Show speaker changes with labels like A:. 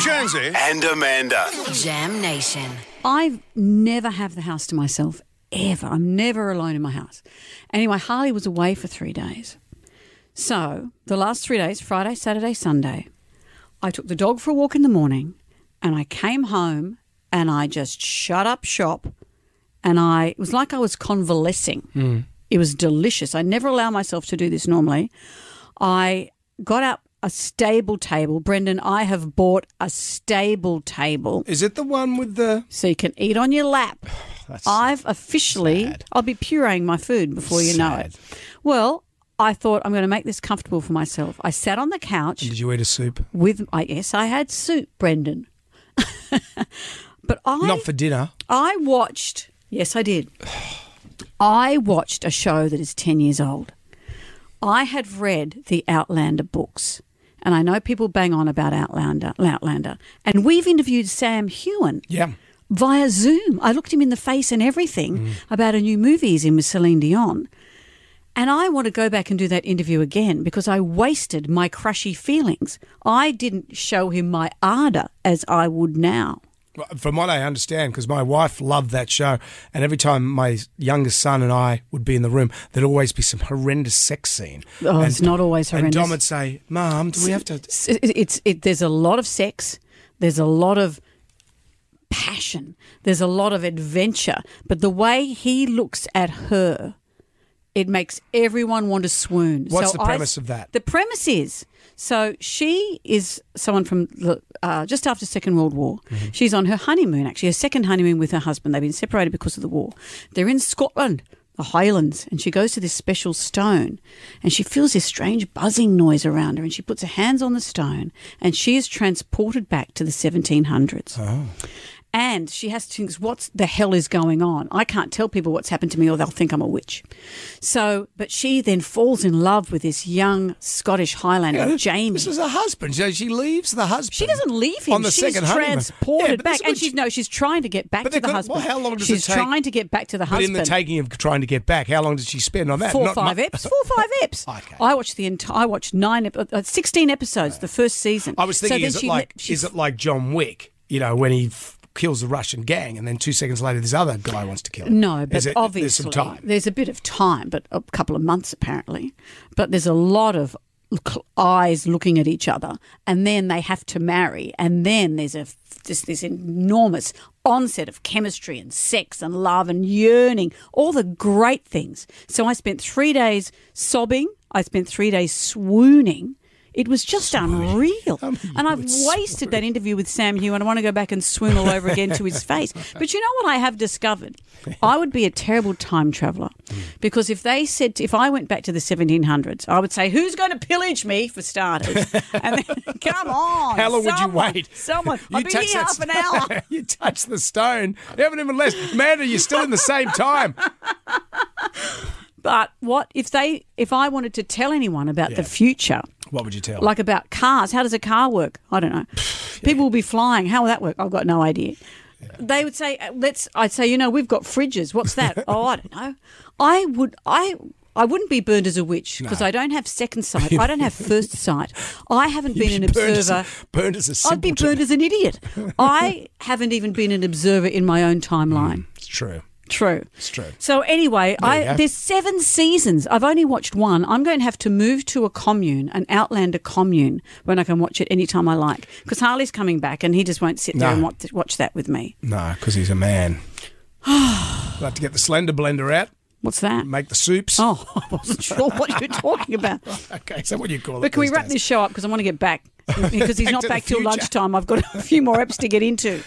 A: Jonesy
B: and Amanda.
C: Jam Nation.
D: I never have the house to myself ever. I'm never alone in my house. Anyway, Harley was away for three days. So the last three days Friday, Saturday, Sunday I took the dog for a walk in the morning and I came home and I just shut up shop and I it was like I was convalescing. It was delicious. I never allow myself to do this normally. I got up a stable table. Brendan, I have bought a stable table
A: Is it the one with the
D: so you can eat on your lap. I've officially, I'll be pureeing my food before you know it. Well, I thought I'm going to make this comfortable for myself. I sat on the couch
A: Did you eat a soup?
D: with, I yes, I had soup, Brendan. but I,
A: Not for dinner.
D: I watched, yes, I did. I watched a show that is 10 years old. I had read the Outlander books, and I know people bang on about Outlander, Outlander. And we've interviewed Sam Hewen
A: Yeah.
D: via Zoom. I looked him in the face and everything about a new movie he's in with Celine Dion. And I want to go back and do that interview again because I wasted my crushy feelings. I didn't show him my ardour as I would now.
A: Well, From what I understand, because my wife loved that show, and every time my youngest son and I would be in the room, there'd always be some horrendous sex scene.
D: Oh, it's not always
A: And Dom
D: horrendous.
A: would say, "Mom, do we have to?"
D: It's, it's it, there's a lot of sex. There's a lot of passion. There's a lot of adventure. But the way he looks at her, it makes everyone want to swoon.
A: What's the
D: I-
A: premise of that?
D: The premise is so she is someone from the, uh, just after Second World War. She's on her honeymoon, actually, her second honeymoon with her husband. They've been separated because of the war. They're in Scotland, the Highlands, and she goes to this special stone and she feels this strange buzzing noise around her and she puts her hands on the stone and she is transported back to the 1700s and she has to think, what the hell is going on? I can't tell people what's happened to me or they'll think I'm a witch. So, but she then falls in love with this young Scottish Highlander, Jamie.
A: This is her husband. So she leaves the husband.
D: She doesn't leave him.
A: on the
D: she's
A: second honeymoon.
D: transported
A: Yeah, but
D: back,
A: this
D: and
A: would-
D: she's no, she's trying to get back
A: But
D: to
A: they
D: the
A: couldn't-
D: husband.
A: well, how long does
D: she's
A: it take-
D: trying to get back to the
A: But
D: husband.
A: in the taking of trying to get back, how long did she spend on that?
D: Four or
A: Not mu-
D: five eps. Four or five eps.
A: Okay.
D: I watched the entire. I watched nine, ep- uh, sixteen episodes the first season.
A: I was
D: So
A: thinking,
D: then
A: is it
D: she
A: like
D: li- she
A: is it like John Wick? You know, when he f- kills the Russian gang, and then two seconds later, this other guy wants to kill him.
D: No, but
A: Is it-
D: obviously
A: there's some time.
D: there's a bit of time, but a couple of months apparently. But there's a lot of cl- eyes looking at each other, and then they have to marry, and then there's a this this enormous onset of chemistry and sex and love and yearning, all the great things. So I spent three days sobbing. I spent three days swooning. It was just unreal. and I've wasted that interview with Sam Hugh, and I want to go back and swoon all over again to his face. But you know what I have discovered? I would be a terrible time traveller
A: Mm.
D: because if they said, if I went back to the 1700s, I would say, Who's going to pillage me for starters? And then, come on.
A: How long would you
D: someone-
A: wait?
D: Someone.
A: You
D: I've been
A: touch
D: here half
A: that
D: an hour.
A: stone- you touch the stone. You haven't even left. Amanda, you're still in the same time.
D: But what if they, if I wanted to tell anyone about the future,
A: What would you tell?
D: like about cars. How does a car work? I don't know. People will be flying. How will that work? I've got no idea. They would say, uh, "Let's." I'd say, "You know, we've got fridges. What's that?" oh, I don't know. I would. I. I wouldn't be burned as a witch because I don't have second sight. I don't have first sight. I haven't been an
A: Burned as a-
D: observer.
A: Burned as a
D: I'd be
A: simpleton.
D: burned as an idiot. I haven't even been an observer in my own timeline.
A: It's true.
D: True. It's
A: true.
D: So anyway,
A: you
D: I,
A: go.
D: there's seven seasons. I've only watched one. I'm going to have to move to a commune, an Outlander commune, when I can watch it anytime I like. Because Harley's coming back, and he just won't sit there
A: No.
D: and watch, watch that with me.
A: No, because he's a man. I'll have to get the slender blender out,
D: What's that?
A: make the soups.
D: Oh, I wasn't sure what you're talking about.
A: Okay, so what do you call it?
D: But can we
A: these
D: wrap
A: days?
D: this show up because I want to get back because he's
A: Back
D: not
A: to the
D: back till
A: future.
D: lunchtime. I've got a few more apps to get into.